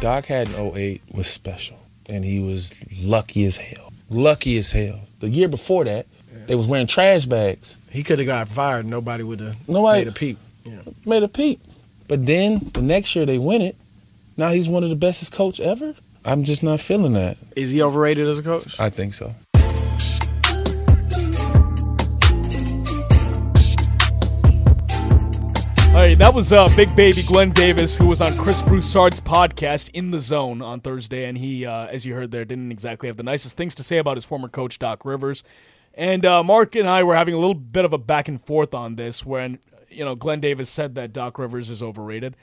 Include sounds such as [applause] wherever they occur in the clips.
Doc had in 08 was special, and he was lucky as hell. Lucky as hell. The year before that, they was wearing trash bags. He could have got fired. Nobody would have Nobody- made a peep. Yeah. Made a peep. But then the next year they win it. Now he's one of the bestest coach ever. I'm just not feeling that. Is he overrated as a coach? I think so. All right, that was uh, Big Baby Glenn Davis, who was on Chris Broussard's podcast In the Zone on Thursday, and he, uh, as you heard there, didn't exactly have the nicest things to say about his former coach Doc Rivers. And uh, Mark and I were having a little bit of a back and forth on this, when you know Glenn Davis said that Doc Rivers is overrated.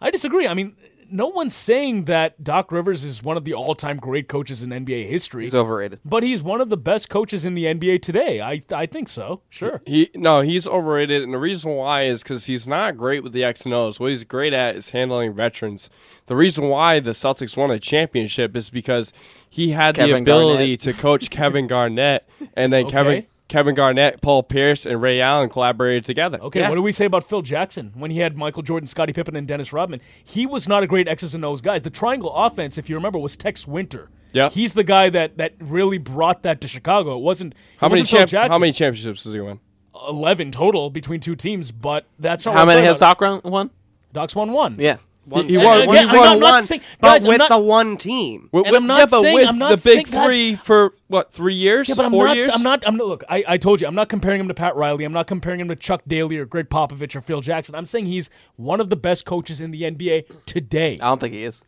I disagree. I mean, no one's saying that Doc Rivers is one of the all-time great coaches in NBA history, He's overrated. but he's one of the best coaches in the NBA today. I I think so. Sure. He no, he's overrated, and the reason why is because he's not great with the X and O's. What he's great at is handling veterans. The reason why the Celtics won a championship is because he had the Kevin ability Garnett. to coach Kevin Garnett, and then [laughs] Kevin Okay. Kevin Garnett, Paul Pierce, and Ray Allen collaborated together. Okay, what do we say about Phil Jackson when he had Michael Jordan, Scottie Pippen, and Dennis Rodman? He was not a great X's and O's guy. The triangle offense, if you remember, was Tex Winter. Yeah. he's the guy that that really brought that to Chicago. It wasn't it How many wasn't Phil champ- Jackson. How many championships does he win? Eleven total between two teams, but that's not what How I'm many talking has about. Doc run- won? Docs won one. Yeah. One- He- he And- won- and won- again, I'm won- not, I'm not saying, but guys, I'm with not- the one team. With, And with- I'm not yeah, but saying- with I'm not the saying- big guys- three for what three years? Yeah, but I'm Four not. years? I'm not. I'm look. I, I told you, I'm not comparing him to Pat Riley. I'm not comparing him to Chuck Daly or Greg Popovich or Phil Jackson. I'm saying he's one of the best coaches in the NBA today. I don't think he is.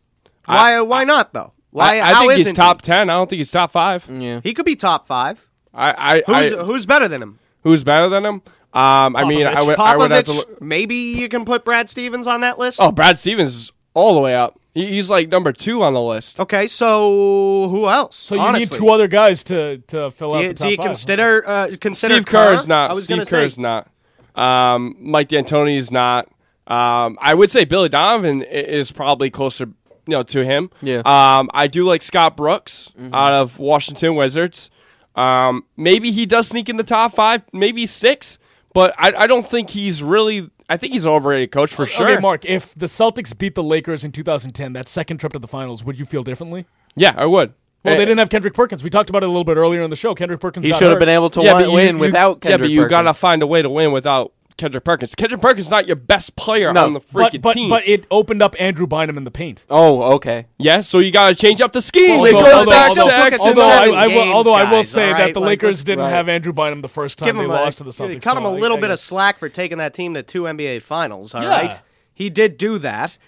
Why? Why not though? Why? I, I how think he's isn't top ten. I don't think he's top five. Yeah. He? he could be top five. I, I, Who's I- who's better than him? Who's better than him? Um, I mean, I Popovich. would, I would have Popovich. to. Look. Maybe you can put Brad Stevens on that list. Oh, Brad Stevens is all the way up. He, he's like number two on the list. Okay, so who else? So you honestly? need two other guys to to fill Do out you, the do top you five. consider uh, consider Steve Kerr? Kerr's not. I was Steve gonna say, Kerr's not. Um, Mike D'Antoni's not. Um, I would say Billy Donovan i- is probably closer, you know, to him. Yeah. Um, I do like Scott Brooks Mm-hmm. out of Washington Wizards. Um, maybe he does sneak in the top five, maybe six, but I, I don't think he's really. I think he's an overrated coach for sure. Okay, Mark, if the Celtics beat the Lakers in 2010, that second trip to the finals, would you feel differently? Yeah, I would. Well, Eh, they didn't have Kendrick Perkins. We talked about it a little bit earlier in the show. Kendrick Perkins. He got should have hurt. been able to yeah, win, but you, win you- without Kendrick Yeah, but you Perkins. gotta find a way to win without Kendrick Perkins. Kendrick Perkins is not your best player No. on the But, freaking but, team. but it opened up Andrew Bynum in the paint. Oh, okay. yeah, so you gotta change up the scheme. Well, They although- showed the although- back although- sex. It's although seven I, I will, games, although I will guys, say all that right? the Like, Lakers let's- didn't right. have Andrew Bynum the first time Give they him lost a, to the you Celtics. Cut him so a I- little I bit of guess. slack for taking that team to two NBA finals. All Yeah. right, he did do that.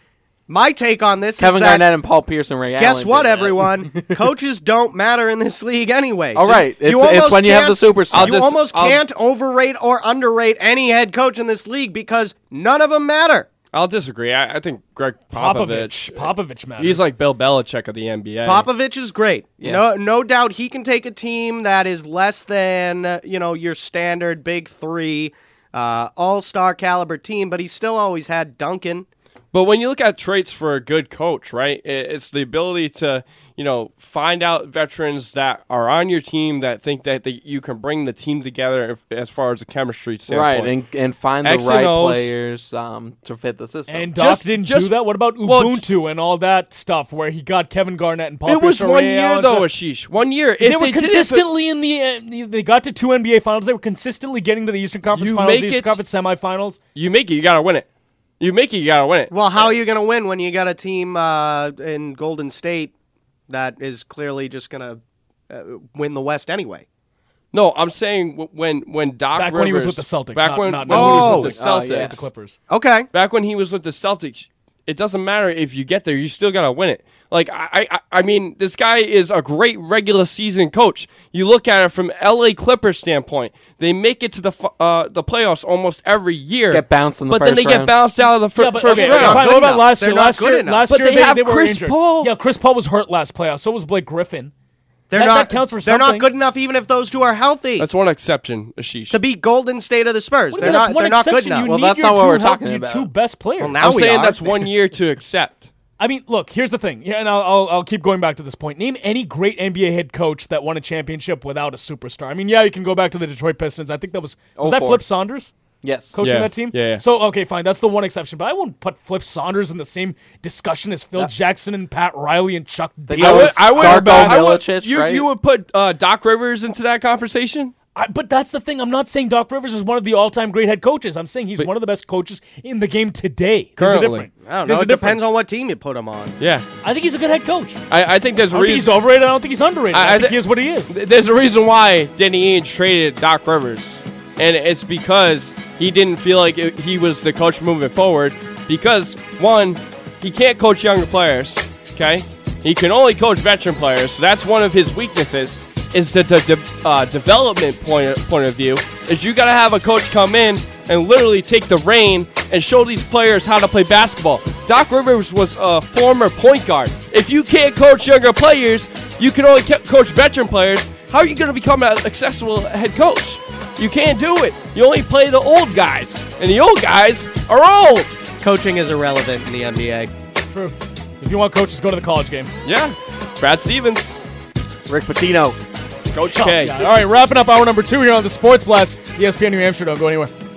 My take on this Kevin is that Garnett and Paul Pierce and Ray Allen. guess did what, that. everyone? [laughs] Coaches don't matter in this league anyway. All right, it's- it's almost when you have can't- the superstar. You I'll just- almost I'll- can't overrate or underrate any head coach in this league because none of them matter. I'll disagree. I, I think Greg Popovich. Popovich. Popovich matters. He's like Bill Belichick of the NBA. Popovich is great. Yeah. No, no doubt he can take a team that is less than uh, you know your standard big three, uh, all star caliber team, but he still always had Duncan. But when you look at traits for a good coach, right? i- It's the ability to, you know, find out veterans that are on your team that think that they, you can bring the team together if, as far as the chemistry standpoint. Right, and and find the X and right O's. players um, to fit the system. and Doc Just- didn't just- do that. What about well, Ubuntu and all that stuff where he got Kevin Garnett and Paul it was Pierce or one Ray year Allen though, stuff? Ashish. One year. If they were did it- consistently in the. Uh, they got to two NBA finals. They were consistently getting to the Eastern Conference You finals, make the Eastern it- Conference semifinals. You make it, you gotta win it. You make it, you gotta win it. Well, how are you going to win when you got a team uh, in Golden State that is clearly just going to uh, win the West anyway? No, I'm saying w- when when Doc Back Rivers, when he was with the Celtics, back not- when, not when now. he was with the Oh, Celtics, yeah. The Clippers. Okay, back when he was with the Celtics, it doesn't matter if you get there, you still gotta win it. Like I, I, I mean, this guy is a great regular season coach. You look at it from L.A. Clippers standpoint; they make it to the f- uh, the playoffs almost every year. Get bounced in the but then first they get round. bounced out of the fir- Yeah, but first okay, They're round. not fine. good What about enough. last They're year? not Last good year, enough. last But year they have were Chris injured. Paul. Yeah, Chris Paul was hurt last playoff. So was Blake Griffin. they're That- not. that counts for they're something. not good enough, even if those two are healthy, That's one exception, Ashish. to beat Golden State or the Spurs. What do They're you mean that's not. one They're not good exception? enough. You Well, need that's your not what two we're help- talking your about. Two best players. Well, now I'm we saying are. that's one year to accept. I mean, look. Here's the thing. Yeah, and I'll, I'll I'll keep going back to this point. Name any great NBA head coach that won a championship without a superstar. I mean, yeah, you can go back to the Detroit Pistons. I think that was was that 04. Flip Saunders. Yes. coaching Yeah, that team? yeah, yeah. So okay, fine. That's the one exception, but I wouldn't put Flip Saunders in the same discussion as Phil Jackson and Pat Riley and Chuck Daly. I I would, was I would, Darko I would- Milicic, you, right? you would put uh, Doc Rivers into that conversation? I, but that's the thing. I'm not saying Doc Rivers is one of the all-time great head coaches. I'm saying he's one of the best coaches in the game today. There's a Currently. difference. I don't There's know. a It depends difference. on what team you put him on. Yeah, I think he's a good head coach. I, I think there's I a don't think he's reason. overrated. I don't think he's underrated. I, I- I think thi- he is what he is. There's a reason why Danny Ainge traded Doc Rivers, and it's because he didn't feel like it, he was the coach moving forward. Because one, he can't coach younger players. Okay, he can only coach veteran players. So that's one of his weaknesses. Is the, the, the uh, development point point of view is you got to have a coach come in and literally take the reign and show these players how to play basketball. Doc Rivers was a former point guard. If you can't coach younger players, you can only ca- coach veteran players. How are you going to become an accessible head coach? You can't do it. You only play the old guys, and the old guys are old. Coaching is irrelevant in the NBA. True. If you want coaches, go to the college game. Yeah, Brad Stevens, Rick Pitino. Oh, Coach K. E All right, wrapping up hour number two here on the Sports Blast. ESPN New Hampshire. Don't go anywhere.